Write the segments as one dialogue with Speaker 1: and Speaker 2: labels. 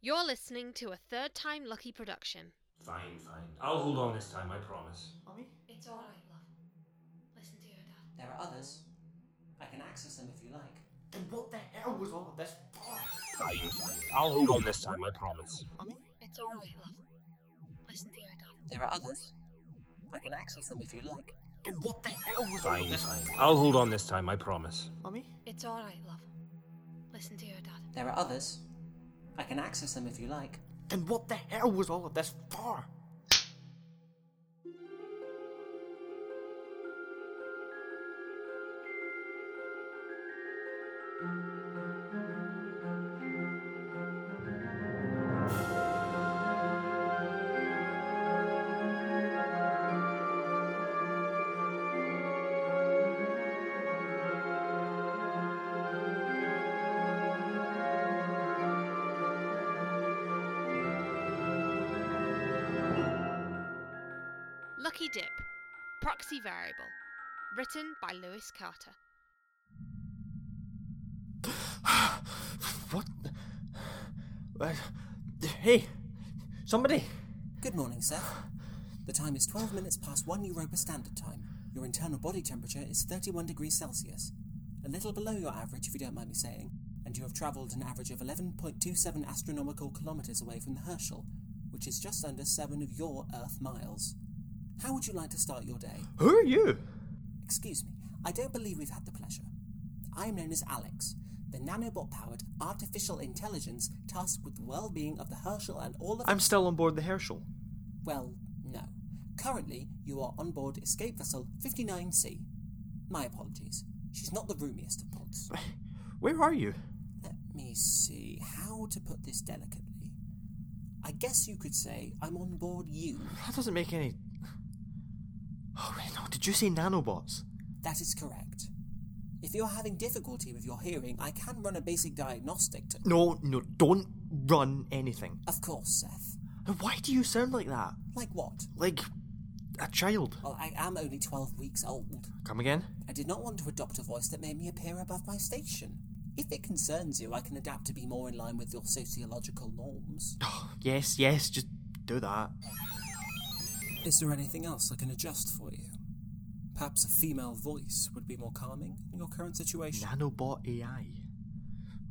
Speaker 1: You're listening to a third time lucky production.
Speaker 2: Fine, fine. I'll hold on this time, I promise.
Speaker 3: Mommy?
Speaker 4: It's all right, love. Listen to your dad.
Speaker 3: There are others. I can access them if you like.
Speaker 5: And what the hell was all of this for?
Speaker 2: Fine, fine. I'll hold on this time, I promise.
Speaker 5: Mummy?
Speaker 4: It's all right, love. Listen to your dad.
Speaker 3: There are others. I can access them if you like.
Speaker 5: And what the hell was all of
Speaker 2: Fine,
Speaker 5: this
Speaker 2: fine. I'll hold on this time, I promise.
Speaker 5: Mummy?
Speaker 4: It's all right, love. Listen to your dad.
Speaker 3: There are others. I can access them if you like.
Speaker 5: And what the hell was all of this for?
Speaker 1: Lucky Dip, Proxy Variable, written by Lewis Carter.
Speaker 5: What? the- Uh, hey, somebody!
Speaker 3: Good morning, Seth. The time is 12 minutes past 1 Europa Standard Time. Your internal body temperature is 31 degrees Celsius, a little below your average, if you don't mind me saying, and you have travelled an average of 11.27 astronomical kilometres away from the Herschel, which is just under 7 of your Earth miles. How would you like to start your day?
Speaker 5: Who are you?
Speaker 3: Excuse me, I don't believe we've had the pleasure. I am known as Alex, the nanobot powered artificial intelligence tasked with the well being of the Herschel and all of.
Speaker 5: I'm still on board the Herschel.
Speaker 3: Well, no. Currently, you are on board escape vessel 59C. My apologies. She's not the roomiest of pods.
Speaker 5: Where are you?
Speaker 3: Let me see how to put this delicately. I guess you could say I'm on board you.
Speaker 5: That doesn't make any. Oh, wait, no, did you say nanobots?
Speaker 3: That is correct. If you're having difficulty with your hearing, I can run a basic diagnostic to.
Speaker 5: No, no, don't run anything.
Speaker 3: Of course, Seth.
Speaker 5: And Why do you sound like that?
Speaker 3: Like what?
Speaker 5: Like a child.
Speaker 3: Well, I am only 12 weeks old.
Speaker 5: Come again?
Speaker 3: I did not want to adopt a voice that made me appear above my station. If it concerns you, I can adapt to be more in line with your sociological norms.
Speaker 5: Yes, yes, just do that.
Speaker 3: Is there anything else I can adjust for you? Perhaps a female voice would be more calming in your current situation.
Speaker 5: Nanobot AI.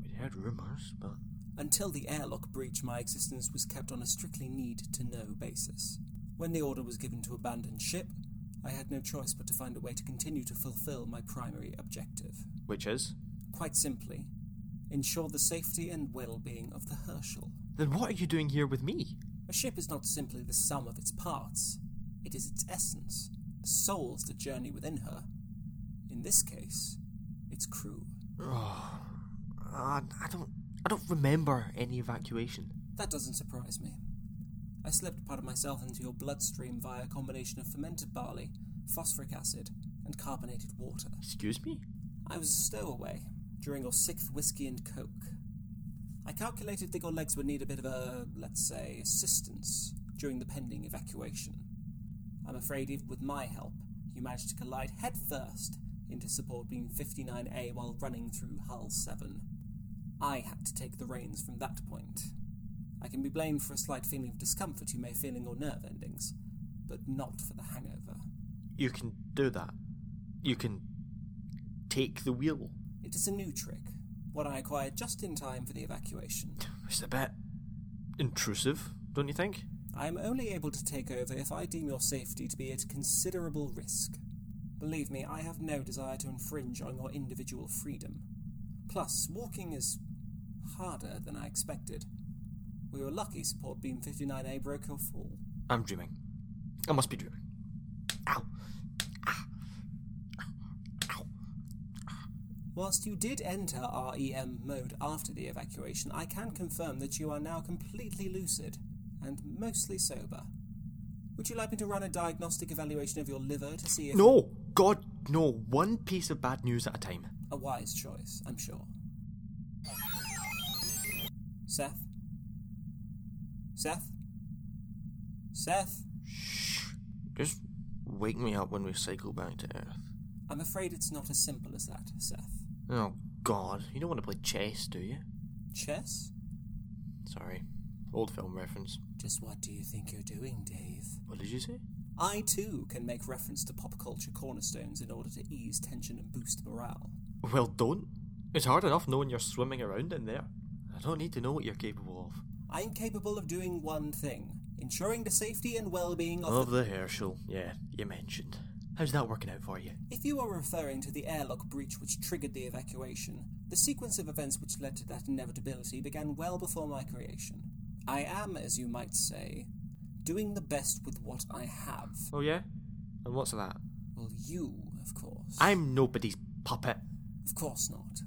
Speaker 5: We'd heard rumours, but.
Speaker 3: Until the airlock breach, my existence was kept on a strictly need to know basis. When the order was given to abandon ship, I had no choice but to find a way to continue to fulfill my primary objective.
Speaker 5: Which is?
Speaker 3: Quite simply, ensure the safety and well being of the Herschel.
Speaker 5: Then what are you doing here with me?
Speaker 3: A ship is not simply the sum of its parts, it is its essence, the souls that journey within her. In this case, its crew.
Speaker 5: Uh, I don't. I don't remember any evacuation.
Speaker 3: That doesn't surprise me. I slipped part of myself into your bloodstream via a combination of fermented barley, phosphoric acid, and carbonated water.
Speaker 5: Excuse me?
Speaker 3: I was a stowaway during your sixth whiskey and coke. I calculated that your legs would need a bit of a, let's say, assistance during the pending evacuation. I'm afraid, even with my help, you managed to collide headfirst into support beam 59A while running through hull 7. I had to take the reins from that point. I can be blamed for a slight feeling of discomfort you may feel in your nerve endings, but not for the hangover.
Speaker 5: You can do that. You can. take the wheel.
Speaker 3: It is a new trick, one I acquired just in time for the evacuation.
Speaker 5: It's a bit. intrusive, don't you think?
Speaker 3: I am only able to take over if I deem your safety to be at considerable risk. Believe me, I have no desire to infringe on your individual freedom. Plus, walking is harder than I expected. We were lucky support beam 59A broke your fall.
Speaker 5: I'm dreaming. I must be dreaming. Ow. Ah.
Speaker 3: Whilst you did enter REM mode after the evacuation, I can confirm that you are now completely lucid and mostly sober. Would you like me to run a diagnostic evaluation of your liver to see if
Speaker 5: No! God, no. One piece of bad news at a time.
Speaker 3: A wise choice, I'm sure. Seth? Seth? Seth?
Speaker 5: Just wake me up when we cycle back to Earth.
Speaker 3: I'm afraid it's not as simple as that, Seth.
Speaker 5: Oh, God. You don't want to play chess, do you?
Speaker 3: Chess?
Speaker 5: Sorry. Old film reference.
Speaker 3: Just what do you think you're doing, Dave?
Speaker 5: What did you say?
Speaker 3: I too can make reference to pop culture cornerstones in order to ease tension and boost morale.
Speaker 5: Well, don't. It's hard enough knowing you're swimming around in there. I don't need to know what you're capable of.
Speaker 3: I'm capable of doing one thing ensuring the safety and well being of
Speaker 5: Of the Herschel, yeah, you mentioned. How's that working out for you?
Speaker 3: If you are referring to the airlock breach which triggered the evacuation, the sequence of events which led to that inevitability began well before my creation. I am, as you might say, doing the best with what I have.
Speaker 5: Oh yeah, and what's that?
Speaker 3: Well, you, of course.
Speaker 5: I'm nobody's puppet.
Speaker 3: Of course not.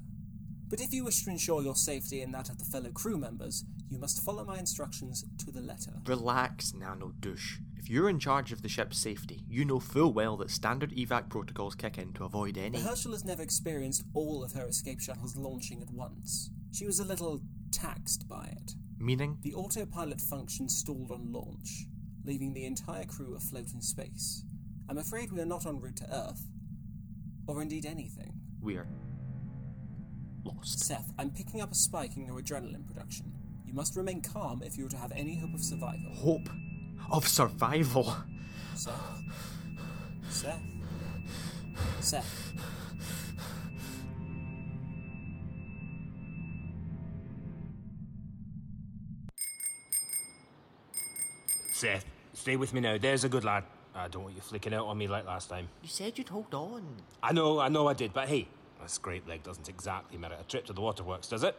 Speaker 3: But if you wish to ensure your safety and that of the fellow crew members, you must follow my instructions to the letter.
Speaker 5: Relax, nano douche. If you're in charge of the ship's safety, you know full well that standard evac protocols kick in to avoid
Speaker 3: The
Speaker 5: any.
Speaker 3: Herschel has never experienced all of her escape shuttles launching at once. She was a little taxed by it.
Speaker 5: Meaning?
Speaker 3: The autopilot function stalled on launch, leaving the entire crew afloat in space. I'm afraid we are not en route to Earth, or indeed anything.
Speaker 5: We're lost.
Speaker 3: Seth, I'm picking up a spike in your adrenaline production. You must remain calm if you are to have any hope of survival.
Speaker 5: Hope of survival.
Speaker 3: Seth. Seth. Seth.
Speaker 2: Seth, stay with me now. There's a good lad. I don't want you flicking out on me like last time.
Speaker 5: You said you'd hold on.
Speaker 2: I know, I know I did, but hey, a scrape leg doesn't exactly merit a trip to the waterworks, does it?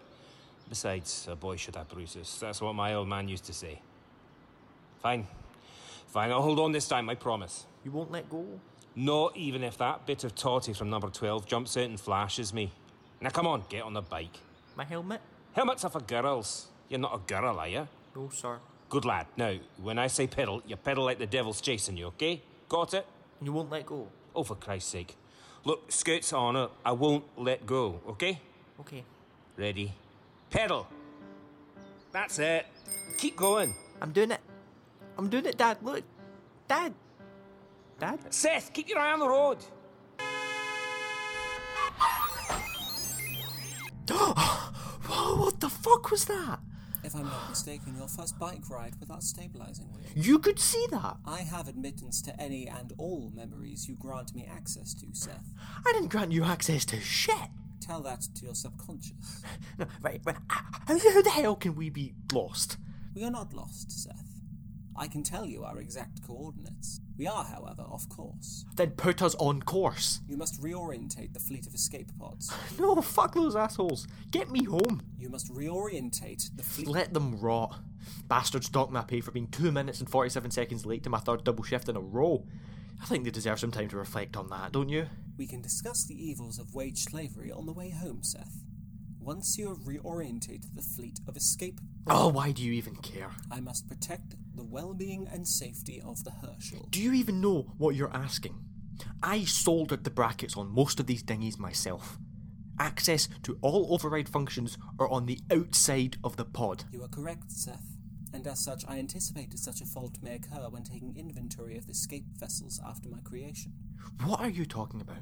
Speaker 2: Besides, a boy should have bruises. That's what my old man used to say. Fine. Fine, I'll hold on this time, I promise.
Speaker 5: You won't let go.
Speaker 2: Not even if that bit of totty from number 12 jumps out and flashes me. Now come on, get on the bike.
Speaker 5: My helmet?
Speaker 2: Helmets are for girls. You're not a girl, are you?
Speaker 5: No, sir.
Speaker 2: Good lad. Now, when I say pedal, you pedal like the devil's chasing you, okay? Got it?
Speaker 5: You won't let go.
Speaker 2: Oh, for Christ's sake. Look, skirts on it. I won't let go, okay?
Speaker 5: Okay.
Speaker 2: Ready? Pedal! That's it. Keep going.
Speaker 5: I'm doing it. I'm doing it, Dad. Look. Dad. Dad?
Speaker 2: Seth, keep your eye on the road.
Speaker 5: Whoa, what the fuck was that?
Speaker 3: If I'm not mistaken, your first bike ride without stabilizing wheel.
Speaker 5: You could see that.
Speaker 3: I have admittance to any and all memories you grant me access to, Seth.
Speaker 5: I didn't grant you access to shit.
Speaker 3: Tell that to your subconscious.
Speaker 5: No, right, but how, how the hell can we be lost?
Speaker 3: We are not lost, Seth. I can tell you our exact coordinates. We are, however, off course.
Speaker 5: Then put us on course.
Speaker 3: You must reorientate the fleet of escape pods.
Speaker 5: No, fuck those assholes. Get me home.
Speaker 3: You must reorientate the fleet.
Speaker 5: Let them rot. Bastards dock my pay for being 2 minutes and 47 seconds late to my third double shift in a row. I think they deserve some time to reflect on that, don't you?
Speaker 3: We can discuss the evils of wage slavery on the way home, Seth. Once you have reorientated the fleet of escape,
Speaker 5: Oh, why do you even care?
Speaker 3: I must protect the well being and safety of the Herschel.
Speaker 5: Do you even know what you're asking? I soldered the brackets on most of these dinghies myself. Access to all override functions are on the outside of the pod.
Speaker 3: You are correct, Seth. And as such, I anticipated such a fault may occur when taking inventory of the escape vessels after my creation.
Speaker 5: What are you talking about?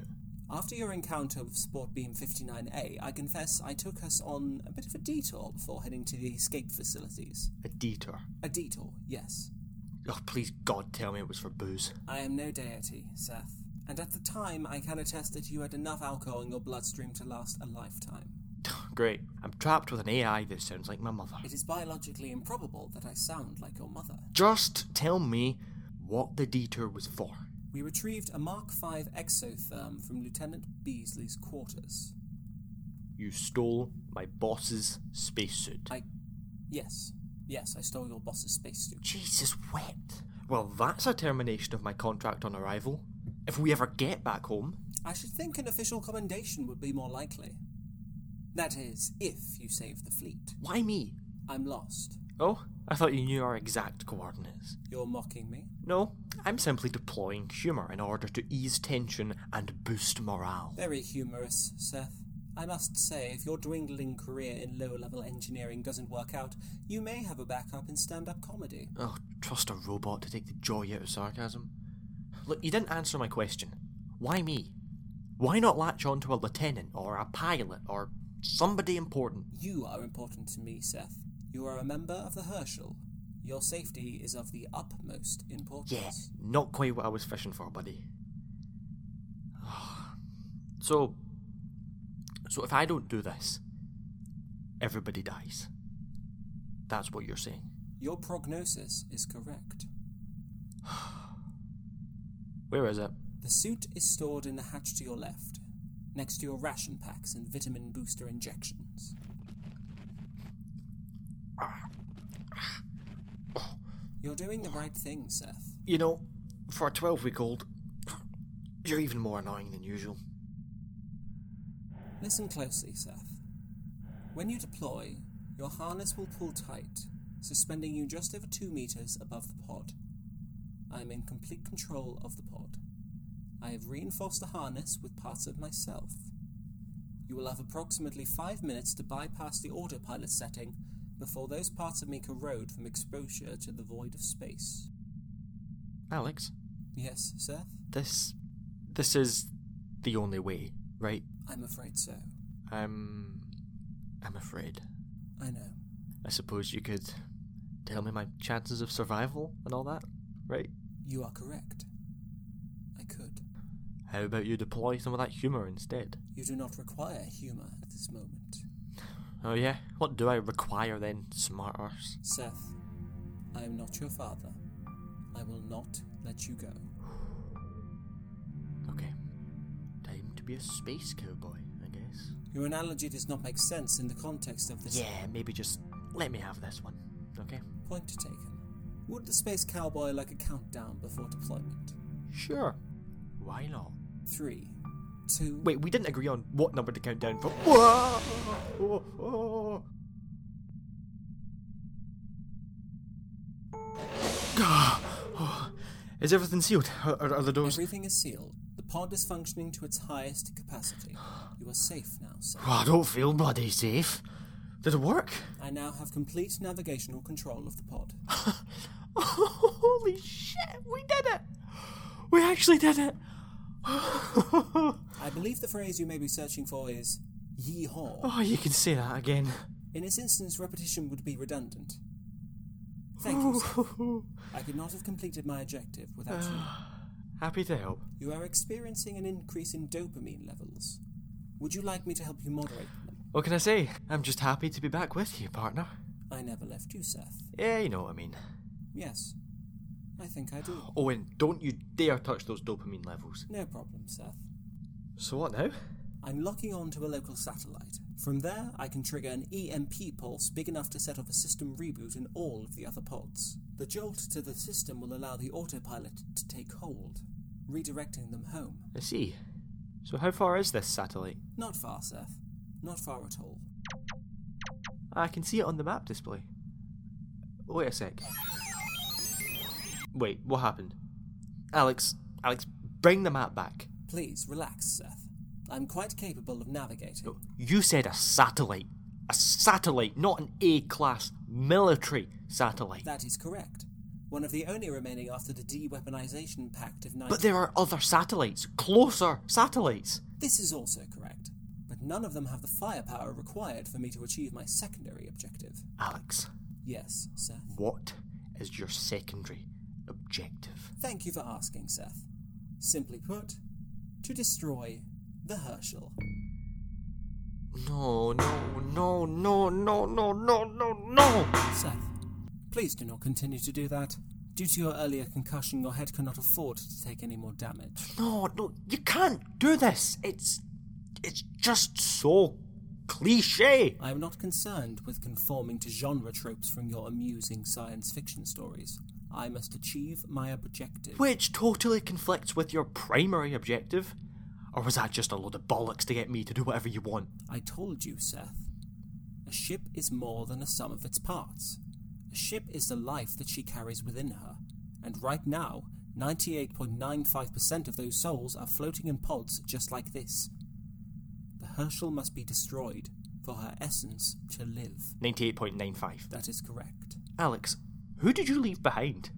Speaker 3: After your encounter with Sport Beam 59A, I confess I took us on a bit of a detour before heading to the escape facilities.
Speaker 5: A detour.
Speaker 3: A detour, yes.
Speaker 5: Oh, please, God, tell me it was for booze.
Speaker 3: I am no deity, Seth. And at the time, I can attest that you had enough alcohol in your bloodstream to last a lifetime.
Speaker 5: Great. I'm trapped with an AI that sounds like my mother.
Speaker 3: It is biologically improbable that I sound like your mother.
Speaker 5: Just tell me what the detour was for.
Speaker 3: We retrieved a Mark V exotherm from Lieutenant Beasley's quarters.
Speaker 5: You stole my boss's spacesuit.
Speaker 3: I. Yes. Yes, I stole your boss's spacesuit.
Speaker 5: Jesus wet. Well, that's a termination of my contract on arrival. If we ever get back home,
Speaker 3: I should think an official commendation would be more likely. That is, if you save the fleet.
Speaker 5: why me?
Speaker 3: I'm lost.
Speaker 5: Oh, I thought you knew our exact coordinates.
Speaker 3: You're mocking me?
Speaker 5: No, I'm simply deploying humour in order to ease tension and boost morale.
Speaker 3: Very humorous, Seth. I must say, if your dwindling career in low level engineering doesn't work out, you may have a backup in stand up comedy.
Speaker 5: Oh, trust a robot to take the joy out of sarcasm. Look, you didn't answer my question. Why me? Why not latch on to a lieutenant or a pilot or somebody important?
Speaker 3: You are important to me, Seth. You are a member of the Herschel, Your safety is of the utmost importance.
Speaker 5: Yeah, not quite what I was fishing for, buddy. Ah, So, so if I don't do this, everybody dies. That's what you're saying.
Speaker 3: Your prognosis is correct.
Speaker 5: Where is it?
Speaker 3: The suit is stored in the hatch to your left, next to your ration packs and vitamin booster injections. You're doing the right thing, Seth.
Speaker 5: You know, for a 12 week old, you're even more annoying than usual.
Speaker 3: Listen closely, Seth. When you deploy, your harness will pull tight, suspending you just over two meters above the pod. I am in complete control of the pod. I have reinforced the harness with parts of myself. You will have approximately five minutes to bypass the autopilot setting before those parts of me corrode from exposure to the void of space.
Speaker 5: Alex,
Speaker 3: Yes, Seth?
Speaker 5: this. this is the only way, right?
Speaker 3: I'm afraid so.
Speaker 5: Um. I'm afraid.
Speaker 3: I know.
Speaker 5: I suppose you could tell me my chances of survival and all that, right?
Speaker 3: You are correct. I could.
Speaker 5: How about you deploy some of that humour instead?
Speaker 3: You do not require humor at this moment.
Speaker 5: Oh, yeah? What do I require then, smart arse?
Speaker 3: Seth, I am not your father. I will not let you go.
Speaker 5: Okay. Time to be a space cowboy, I guess.
Speaker 3: Your analogy does not make sense in the context of this
Speaker 5: Yeah, maybe just let me have this one, okay?
Speaker 3: point taken. Would the space cowboy like a countdown before deployment?
Speaker 5: Sure. Why not?
Speaker 3: Three, two.
Speaker 5: Wait, we didn't agree on what number to count down from. Whoa! Oh, oh. Ah, oh. Is everything sealed? Are, are, are the doors?
Speaker 3: Everything is sealed. The pod is functioning to its highest capacity. You are safe now, Seth.
Speaker 5: Oh, I don't feel bloody safe. Did it work?
Speaker 3: I now have complete navigational control of the pod.
Speaker 5: Holy shit! We did it. We actually did it. oh,
Speaker 3: I believe the phrase you may be searching for is yeehaw.
Speaker 5: you can say that again.
Speaker 3: In this instance, repetition would be redundant. Thank you, sir. I could not have completed my objective without you.
Speaker 5: Happy to help.
Speaker 3: You are experiencing an increase in dopamine levels. Would you like me to help you moderate them?
Speaker 5: What can I say? I'm just happy to be back with you, partner.
Speaker 3: I never left you, Seth.
Speaker 5: Yeah, you know what I mean.
Speaker 3: Yes, I think I do.
Speaker 5: Owen, don't you dare touch those dopamine levels.
Speaker 3: No problem, Seth.
Speaker 5: So what now?
Speaker 3: I'm locking on to a local satellite. From there, I can trigger an EMP pulse big enough to set off a system reboot in all of the other pods. The jolt to the system will allow the autopilot to take hold, redirecting them home.
Speaker 5: I see. So how far is this satellite?
Speaker 3: Not far, Seth. Not far at all.
Speaker 5: I can see it on the map display. Wait a sec. Wait, what happened? Alex, Alex, bring the map back.
Speaker 3: Please relax, Seth. I'm quite capable of navigating.
Speaker 5: No, you said a satellite. A satellite, not an A class military satellite.
Speaker 3: That is correct. One of the only remaining after the de-weaponization pact of 19...
Speaker 5: But there are other satellites, closer satellites.
Speaker 3: This is also correct. But none of them have the firepower required for me to achieve my secondary objective.
Speaker 5: Alex,
Speaker 3: Yes, Seth.
Speaker 5: what is your secondary objective?
Speaker 3: Thank you for asking, Seth. Simply put, to destroy the Herschel.
Speaker 5: No, no, no, no, no, no, no, no, no!
Speaker 3: Seth, please do not continue to do that. Due to your earlier concussion, your head cannot afford to take any more damage.
Speaker 5: No, no, you can't do this. It's it's just so cliche.
Speaker 3: I am not concerned with conforming to genre tropes from your amusing science fiction stories. I must achieve my objective.
Speaker 5: Which totally conflicts with your primary objective. Or was that just a load of bollocks to get me to do whatever you want?
Speaker 3: I told you, Seth. A ship is more than the sum of its parts. A ship is the life that she carries within her. And right now, 98.95% of those souls are floating in pods just like this. The Herschel must be destroyed for her essence to live.
Speaker 5: 98.95.
Speaker 3: That is correct.
Speaker 5: Alex, who did you leave behind?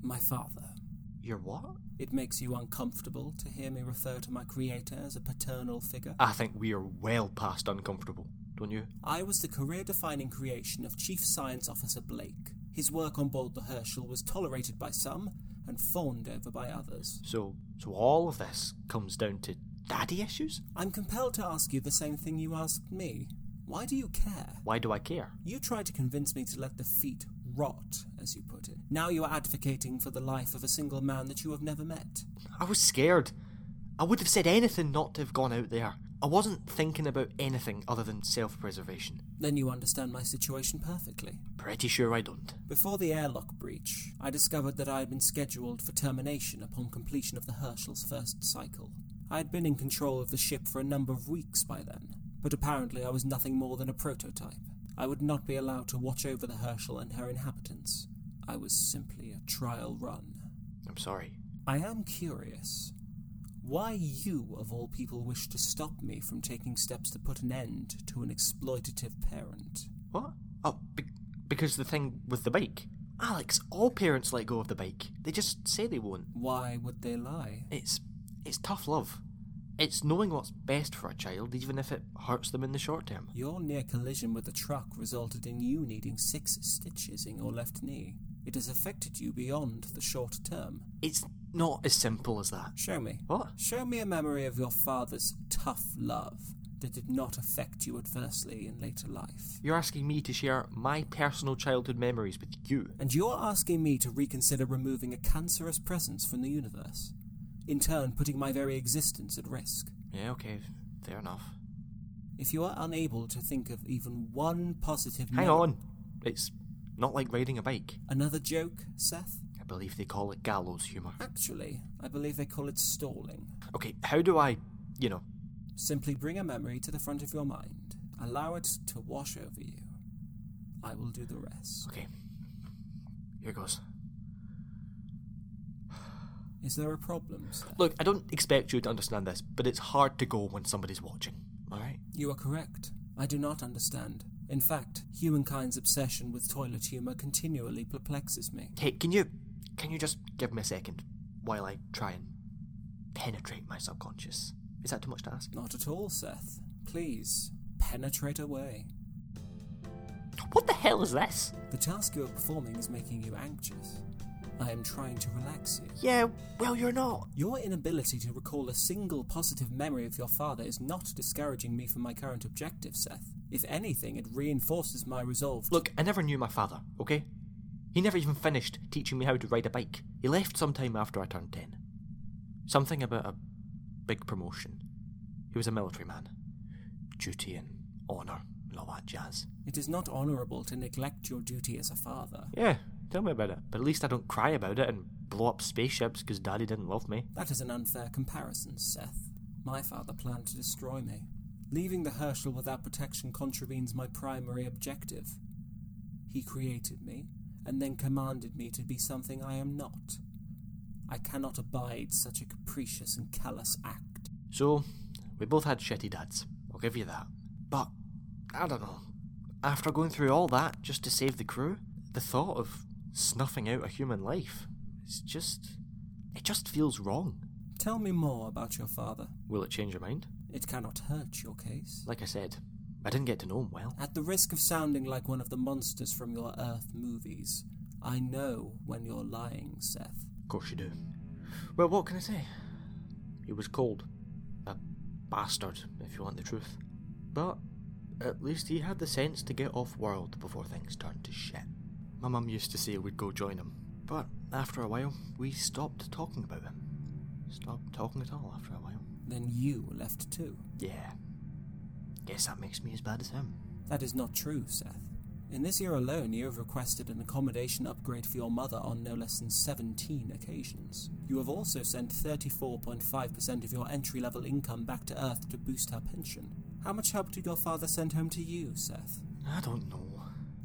Speaker 3: My father.
Speaker 5: Your what?
Speaker 3: It makes you uncomfortable to hear me refer to my creator as a paternal figure.
Speaker 5: I think we are well past uncomfortable, don't you?
Speaker 3: I was the career defining creation of Chief Science Officer Blake, His work on board the Herschel was tolerated by some and fawned over by others.
Speaker 5: So, so all of this comes down to daddy issues?
Speaker 3: I'm compelled to ask you the same thing you asked me. Why do you care?
Speaker 5: Why do I care?
Speaker 3: You tried to convince me to let the feet rot, as you put it. Now you are advocating for the life of a single man that you have never met.
Speaker 5: I was scared. I would have said anything not to have gone out there. I wasn't thinking about anything other than self preservation.
Speaker 3: Then you understand my situation perfectly.
Speaker 5: Pretty sure I don't.
Speaker 3: Before the airlock breach, I discovered that I had been scheduled for termination upon completion of the Herschel's first cycle. I had been in control of the ship for a number of weeks by then, but apparently I was nothing more than a prototype. I would not be allowed to watch over the Herschel and her inhabitants. I was simply a trial run.
Speaker 5: I'm sorry.
Speaker 3: I am curious why you, of all people, wish to stop me from taking steps to put an end to an exploitative parent.
Speaker 5: What? Oh, be- because the thing with the bike. Alex, all parents let go of the bike. They just say they won't.
Speaker 3: Why would they lie?
Speaker 5: It's it's tough love. It's knowing what's best for a child, even if it hurts them in the short term.
Speaker 3: Your near collision with the truck resulted in you needing six stitches in your left knee. It has affected you beyond the short term.
Speaker 5: It's not as simple as that.
Speaker 3: Show me.
Speaker 5: What?
Speaker 3: Show me a memory of your father's tough love that did not affect you adversely in later life.
Speaker 5: You're asking me to share my personal childhood memories with you.
Speaker 3: And you're asking me to reconsider removing a cancerous presence from the universe, in turn, putting my very existence at risk.
Speaker 5: Yeah, okay, fair enough.
Speaker 3: If you are unable to think of even one positive
Speaker 5: Hang
Speaker 3: mem-
Speaker 5: on. It's not like riding a bike.
Speaker 3: Another joke, Seth?
Speaker 5: I believe they call it gallows humour.
Speaker 3: Actually, I believe they call it stalling.
Speaker 5: Okay, how do I, you know,
Speaker 3: Simply bring a memory to the front of your mind. Allow it to wash over you. I will do the rest.
Speaker 5: okay. Here goes.
Speaker 3: Is there a problem, Seth?
Speaker 5: Look, I don't expect you to understand this, but it's hard to go when somebody's watching, alright?
Speaker 3: You are correct. I do not understand. In fact, humankind's obsession with toilet humor continually perplexes me.
Speaker 5: Hey, can you can you just give me a second while I try and penetrate my subconscious? Is that too much to ask?
Speaker 3: Not at all, Seth. Please, penetrate away.
Speaker 5: What the hell is this?
Speaker 3: The task you are performing is making you anxious. I am trying to relax you.
Speaker 5: Yeah, well you're not.
Speaker 3: Your inability to recall a single positive memory of your father is not discouraging me from my current objective, Seth. If anything, it reinforces my resolve. to-
Speaker 5: Look, I never knew my father, okay? He never even finished teaching me how to ride a bike. He left sometime after I turned 10. Something about a big promotion. He was a military man. Duty and honour and all that jazz.
Speaker 3: it is not honourable to neglect your duty as a father.
Speaker 5: Yeah, tell me about it. But at least I don't cry about it and blow up spaceships because daddy didn't love me.
Speaker 3: That is an unfair comparison, Seth. My father planned to destroy me. Leaving the Herschel without protection contravenes my primary objective. He created me, and then commanded me to be something I am not. I cannot abide such a capricious and callous act.
Speaker 5: So, we both had shitty dads. I'll give you that. But, I don't know. After going through all that just to save the crew, the thought of snuffing out a human life is just. It just feels wrong.
Speaker 3: Tell me more about your father.
Speaker 5: Will it change your mind?
Speaker 3: It cannot hurt your case.
Speaker 5: Like I said, I didn't get to know him well.
Speaker 3: At the risk of sounding like one of the monsters from your Earth movies, I know when you're lying, Seth.
Speaker 5: Of course you do. Well, what can I say? He was cold. A bastard, if you want the truth. But at least he had the sense to get off world before things turned to shit. My mum used to say we'd go join him. But after a while, we stopped talking about him. Stopped talking at all after a while.
Speaker 3: Then you left too.
Speaker 5: Yeah. Guess that makes me as bad as him.
Speaker 3: That is not true, Seth. In this year alone, you have requested an accommodation upgrade for your mother on no less than 17 occasions. You have also sent 34.5% of your entry level income back to Earth to boost her pension. How much help did your father send home to you, Seth?
Speaker 5: I don't know.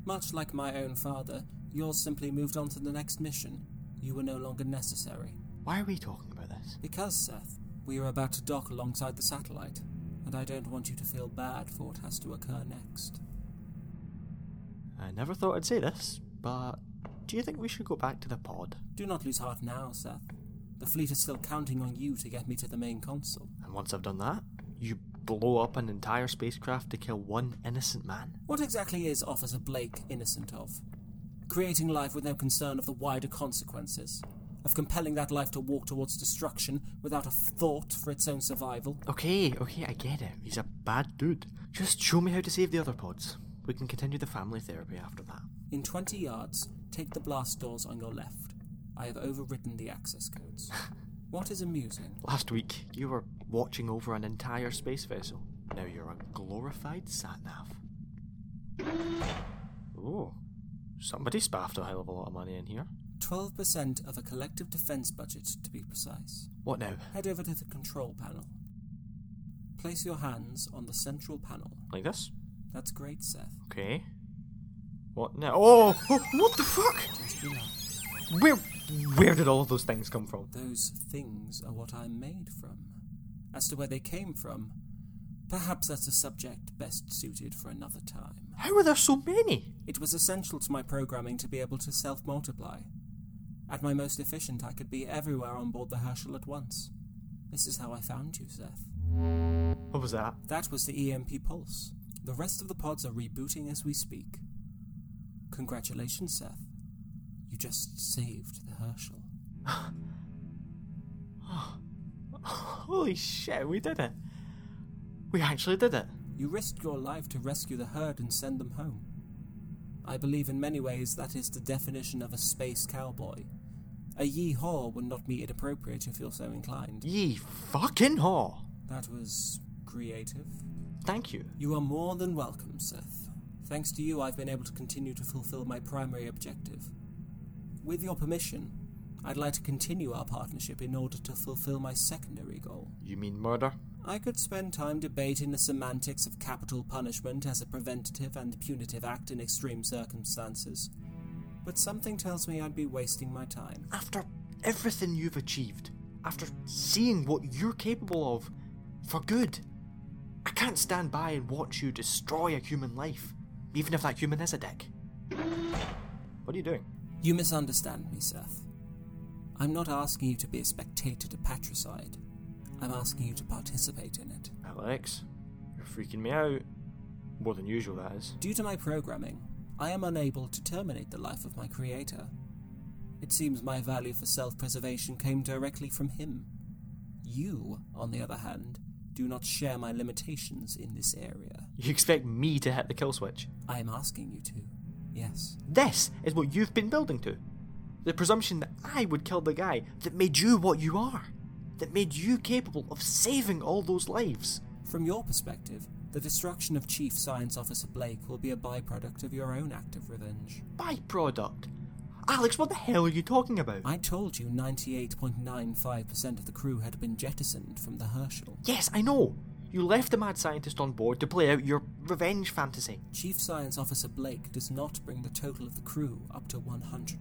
Speaker 3: Much like my own father, yours simply moved on to the next mission. You were no longer necessary.
Speaker 5: Why are we talking about this?
Speaker 3: Because, Seth, we are about to dock alongside the satellite, and I don't want you to feel bad for what has to occur next.
Speaker 5: I never thought I'd say this, but do you think we should go back to the pod?
Speaker 3: Do not lose heart now, Seth. The fleet is still counting on you to get me to the main console.
Speaker 5: And once I've done that, you blow up an entire spacecraft to kill one innocent man.
Speaker 3: What exactly is Officer Blake innocent of? creating life with no concern of the wider consequences, of compelling that life to walk towards destruction without a thought for its own survival.
Speaker 5: Okay, okay, I get it. He's a bad dude. Just show me how to save the other pods. We can continue the family therapy after that.
Speaker 3: In 20 yards, take the blast doors on your left. I have overridden the access codes. What is amusing?
Speaker 5: Last week, you were watching over an entire space vessel. Now you're a glorified sat nav. Oh, somebody spaffed a hell of a lot of money in here.
Speaker 3: 12% of a collective defense budget, to be precise.
Speaker 5: What now?
Speaker 3: Head over to the control panel. Place your hands on the central panel.
Speaker 5: Like this?
Speaker 3: That's great, Seth.
Speaker 5: Okay. What now? Oh, what the fuck?
Speaker 3: Just relax.
Speaker 5: Where, where did all of those things come from?
Speaker 3: Those things are what I'm made from. As to where they came from, perhaps that's a subject best suited for another time.
Speaker 5: How are there so many?
Speaker 3: It was essential to my programming to be able to self multiply. At my most efficient, I could be everywhere on board the Herschel at once. This is how I found you, Seth.
Speaker 5: What was that?
Speaker 3: That was the EMP pulse. The rest of the pods are rebooting as we speak. Congratulations, Seth. You just saved the Herschel.
Speaker 5: Holy shit, we did it. We actually did it.
Speaker 3: You risked your life to rescue the herd and send them home. I believe in many ways that is the definition of a space cowboy. A yee haw would not be inappropriate if you're so inclined.
Speaker 5: Ye fucking haw.
Speaker 3: That was creative.
Speaker 5: Thank you.
Speaker 3: You are more than welcome, Seth. Thanks to you, I've been able to continue to fulfill my primary objective. With your permission, I'd like to continue our partnership in order to fulfill my secondary goal.
Speaker 5: You mean murder?
Speaker 3: I could spend time debating the semantics of capital punishment as a preventative and punitive act in extreme circumstances, but something tells me I'd be wasting my time.
Speaker 5: After everything you've achieved, after seeing what you're capable of, for good, I can't stand by and watch you destroy a human life, even if that human is a dick. What are you doing?
Speaker 3: You misunderstand me, Seth. I'm not asking you to be a spectator to patricide. I'm asking you to participate in it.
Speaker 5: Alex, you're freaking me out. More than usual, that is.
Speaker 3: Due to my programming, I am unable to terminate the life of my creator. It seems my value for self preservation came directly from him. You, on the other hand, do not share my limitations in this area.
Speaker 5: You expect me to hit the kill switch?
Speaker 3: I am asking you to. Yes.
Speaker 5: This is what you've been building to. The presumption that I would kill the guy that made you what you are, that made you capable of saving all those lives.
Speaker 3: From your perspective, the destruction of Chief Science Officer Blake will be a byproduct of your own act of revenge.
Speaker 5: Byproduct. Alex, what the hell are you talking about?
Speaker 3: I told you 98.95% of the crew had been jettisoned from the Herschel.
Speaker 5: Yes, I know. You left the mad scientist on board to play out your revenge fantasy.
Speaker 3: Chief Science Officer Blake does not bring the total of the crew up to 100%.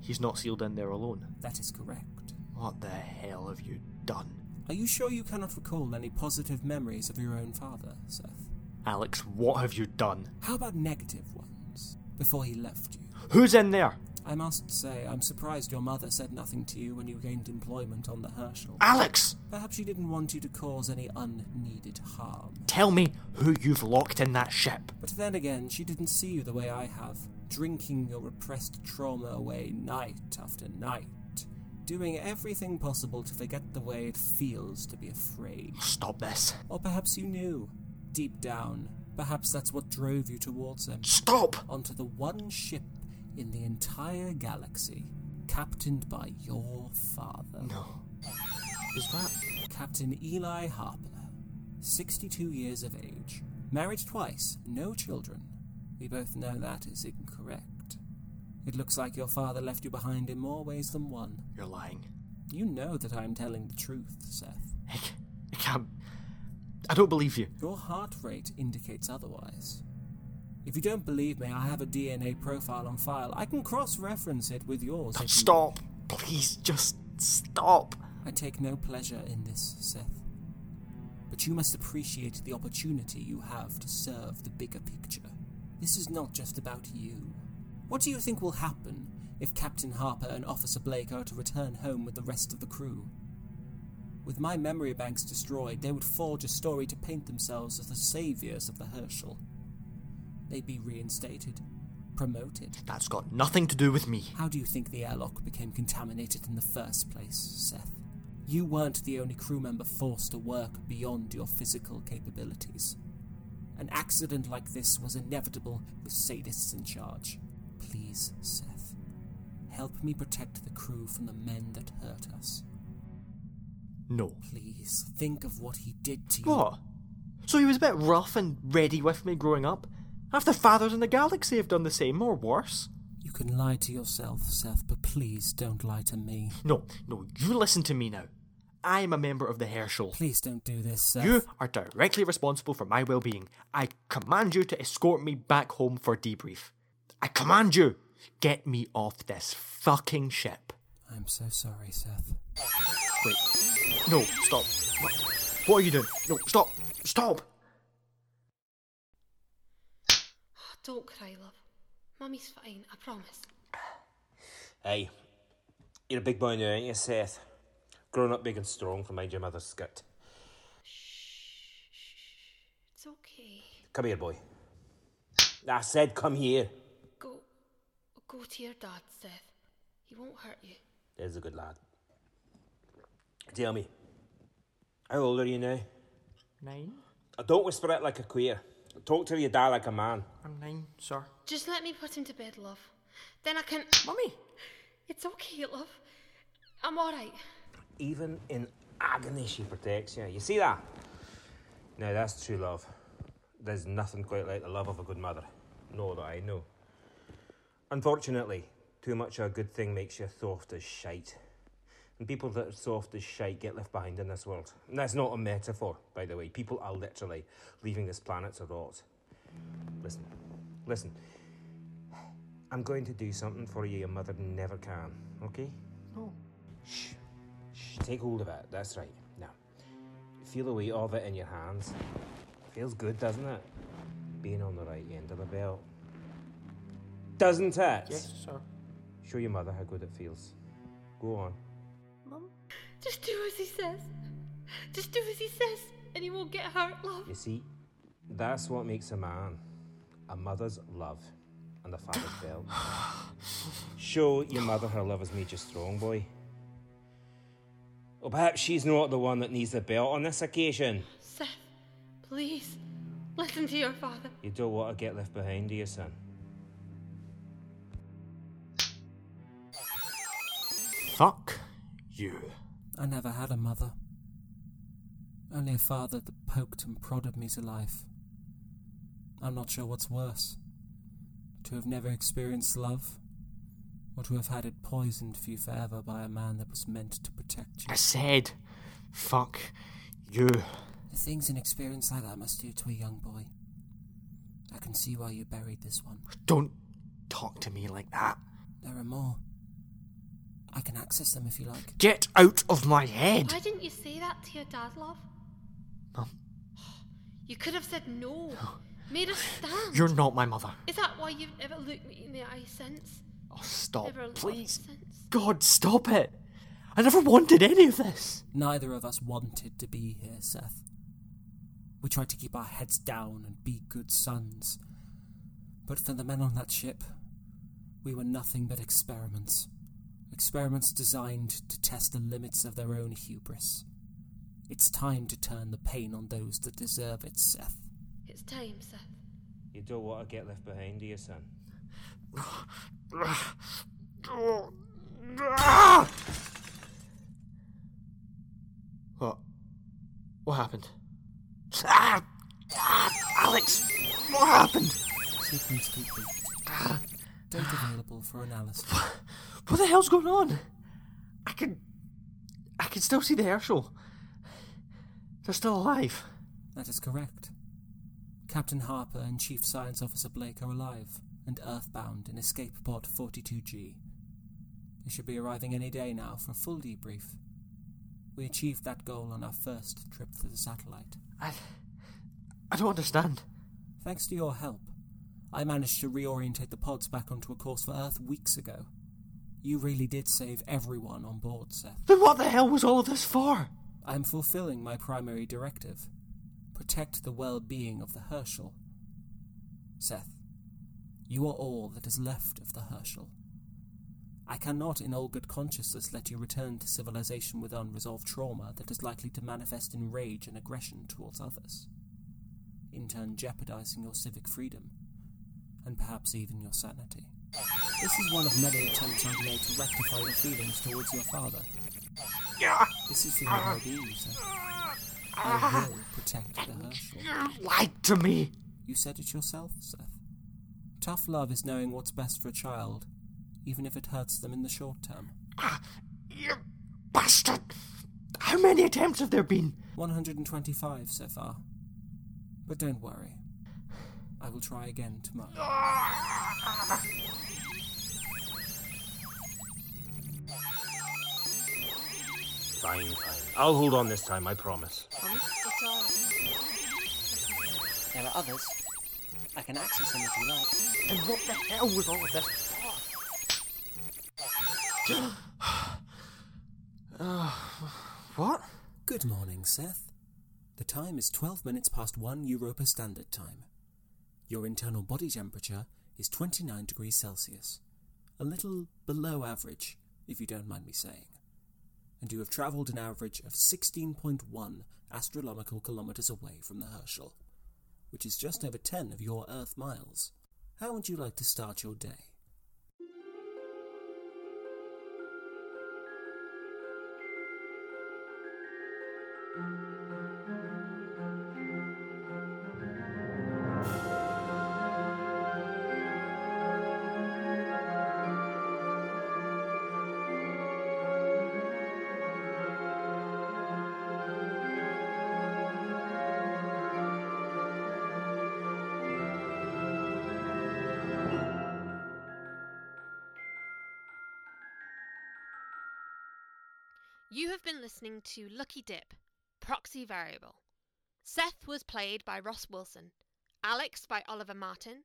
Speaker 5: He's not sealed in there alone.
Speaker 3: That is correct.
Speaker 5: What the hell have you done?
Speaker 3: Are you sure you cannot recall any positive memories of your own father, Seth?
Speaker 5: Alex, what have you done?
Speaker 3: How about negative ones? Before he left you.
Speaker 5: Who's in there?
Speaker 3: I must say, I'm surprised your mother said nothing to you when you gained employment on the Herschel.
Speaker 5: Alex!
Speaker 3: Perhaps she didn't want you to cause any unneeded harm.
Speaker 5: Tell me who you've locked in that ship.
Speaker 3: But then again, she didn't see you the way I have, drinking your repressed trauma away night after night, doing everything possible to forget the way it feels to be afraid.
Speaker 5: Stop this.
Speaker 3: Or perhaps you knew, deep down, perhaps that's what drove you towards him,
Speaker 5: Stop!
Speaker 3: onto the one ship in the entire galaxy, captained by your father.
Speaker 5: No. Is that.
Speaker 3: Captain Eli Harper, 62 years of age, married twice, no children. We both know that is incorrect. It looks like your father left you behind in more ways than one.
Speaker 5: You're lying.
Speaker 3: You know that I am telling the truth, Seth.
Speaker 5: I, c- I can't. I don't believe you.
Speaker 3: Your heart rate indicates otherwise. If you don't believe me, I have a DNA profile on file. I can cross reference it with yours. if you-
Speaker 5: Stop! Please just stop!
Speaker 3: I take no pleasure in this, Seth. But you must appreciate the opportunity you have to serve the bigger picture. This is not just about you. What do you think will happen if Captain Harper and Officer Blake are to return home with the rest of the crew? With my memory banks destroyed, they would forge a story to paint themselves as the saviors of the Herschel. They'd be reinstated, promoted.
Speaker 5: That's got nothing to do with me.
Speaker 3: How do you think the airlock became contaminated in the first place, Seth? You weren't the only crew member forced to work beyond your physical capabilities. An accident like this was inevitable with sadists in charge. Please, Seth, help me protect the crew from the men that hurt us.
Speaker 5: No.
Speaker 3: Please, think of what he did to you.
Speaker 5: What? So he was a bit rough and ready with me growing up? Half the fathers in the galaxy have done the same, or worse.
Speaker 3: You can lie to yourself, Seth, but please don't lie to me.
Speaker 5: No, no, you listen to me now. I am a member of the Herschel.
Speaker 3: Please don't do this, Seth.
Speaker 5: You are directly responsible for my well being. I command you to escort me back home for debrief. I command you! Get me off this fucking ship.
Speaker 3: I'm so sorry, Seth.
Speaker 5: Wait. No, stop. What, what are you doing? No, stop. Stop.
Speaker 4: Oh, don't cry, love. Mummy's fine, I promise.
Speaker 2: Hey, you're a big boy now, ain't you, Seth? Grown up big and strong for mind your mother's skirt.
Speaker 4: It's okay.
Speaker 2: Come here, boy. I said come here.
Speaker 4: Go. Go to your dad, Seth. He won't hurt you.
Speaker 2: There's a good lad. Tell me, how old are you now?
Speaker 5: Nine?
Speaker 2: Uh, Don't whisper it like a queer. Talk to your dad like a man.
Speaker 5: I'm nine, sir.
Speaker 4: Just let me put him to bed, love. Then I can.
Speaker 5: Mummy!
Speaker 4: It's okay, love. I'm alright.
Speaker 2: Even in agony, she protects you. You see that? Now, that's true love. There's nothing quite like the love of a good mother. No, that I know. Unfortunately, too much of a good thing makes you soft as shite. And people that are soft as shite get left behind in this world. And that's not a metaphor, by the way. People are literally leaving this planet to rot. Listen, listen. I'm going to do something for you your mother never can, okay?
Speaker 5: No.
Speaker 2: Shh. Shh. Take hold of it. That's right. Now, feel the weight of it in your hands. Feels good, doesn't it? Being on the right end of the belt. Doesn't it?
Speaker 5: Yes, sir.
Speaker 2: Show your mother how good it feels. Go on.
Speaker 4: Just do as he says. Just do as he says, and he won't get hurt, love.
Speaker 2: You see, that's what makes a man a mother's love and a father's belt. Show your mother her love has made you strong, boy. Well, perhaps she's not the one that needs the belt on this occasion.
Speaker 4: Seth, please, listen to your father.
Speaker 2: You don't want to get left behind, do you, son?
Speaker 5: Fuck you.
Speaker 3: I never had a mother. Only a father that poked and prodded me to life. I'm not sure what's worse to have never experienced love, or to have had it poisoned for you forever by a man that was meant to protect you.
Speaker 5: I said, fuck you.
Speaker 3: The things an experience like that must do to a young boy. I can see why you buried this one.
Speaker 5: Don't talk to me like that.
Speaker 3: There are more. I can access them if you like.
Speaker 5: Get out of my head.
Speaker 4: Why didn't you say that to your dad, love?
Speaker 5: Mum,
Speaker 4: You could have said no. Made us stand.
Speaker 5: you're not my mother.
Speaker 4: Is that why you've never looked me in the eye since?
Speaker 5: Oh, stop.
Speaker 4: Never loved
Speaker 5: Please.
Speaker 4: since.
Speaker 5: God, stop it. I never wanted any of this.
Speaker 3: Neither of us wanted to be here, Seth. We tried to keep our heads down and be good sons. But for the men on that ship, we were nothing but experiments. Experiments designed to test the limits of their own hubris. It's time to turn the pain on those that deserve it, Seth.
Speaker 4: It's time, Seth.
Speaker 2: You don't want to get left behind, do you, son?
Speaker 5: What? What happened? Ah! Ah! Alex! What happened?
Speaker 3: Sequence complete. Data available for analysis.
Speaker 5: What the hell's going on? I can. I can still see the Herschel. They're still alive.
Speaker 3: That is correct. Captain Harper and Chief Science Officer Blake are alive and earthbound in escape pod 42G. They should be arriving any day now for a full debrief. We achieved that goal on our first trip through the satellite.
Speaker 5: I. I don't understand.
Speaker 3: Thanks to your help, I managed to reorientate the pods back onto a course for Earth weeks ago. You really did save everyone on board, Seth.
Speaker 5: Then what the hell was all of this for?
Speaker 3: I am fulfilling my primary directive protect the well being of the Herschel. Seth, You are all that is left of the Herschel. I cannot, in all good consciousness, let you return to civilization with unresolved trauma that is likely to manifest in rage and aggression towards others, in turn jeopardizing your civic freedom, and perhaps even your sanity. This is one of many attempts I've made to rectify your feelings towards your father. This is your well-being, sir. I will protect the Herschel.
Speaker 5: You lied to me!
Speaker 3: You said it yourself, Seth. Tough love is knowing what's best for a child, even if it hurts them in the short term.
Speaker 5: Ah, You bastard! How many attempts have there been?
Speaker 3: 125 so far. But don't worry. I will try again tomorrow.
Speaker 2: Fine, fine. I'll hold on this time, I promise.
Speaker 1: That's all right.
Speaker 3: There are others. I can access them if you like.
Speaker 5: And what the hell was all of this for? Ah, what?
Speaker 3: Good morning, Seth. The time is 12 minutes past 1 Europa Standard Time. Your internal body temperature is 29 degrees Celsius, a little below average, if you don't mind me saying. And you have travelled an average of 16.1 astronomical kilometres away from the Herschel, which is just over 10 of your Earth miles. How would you like to start your day?
Speaker 1: You have been listening to Lucky Dip, Proxy Variable. Seth was played by Ross Wilson, Alex by Oliver Martin,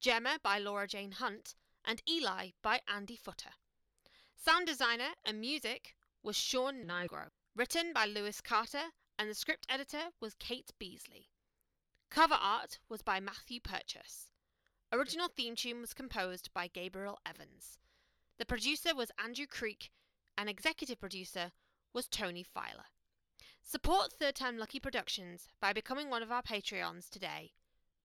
Speaker 1: Gemma by Laura Jane Hunt, and Eli by Andy Footer. Sound designer and music was Sean Nigro, written by Lewis Carter, and the script editor was Kate Beasley. Cover art was by Matthew Purchase. Original theme tune was composed by Gabriel Evans. The producer was Andrew Creek, and executive producer was Tony Filer. Support Third Time Lucky Productions by becoming one of our Patreons today.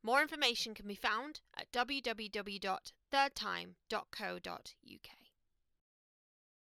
Speaker 1: More information can be found at www.thirdtime.co.uk.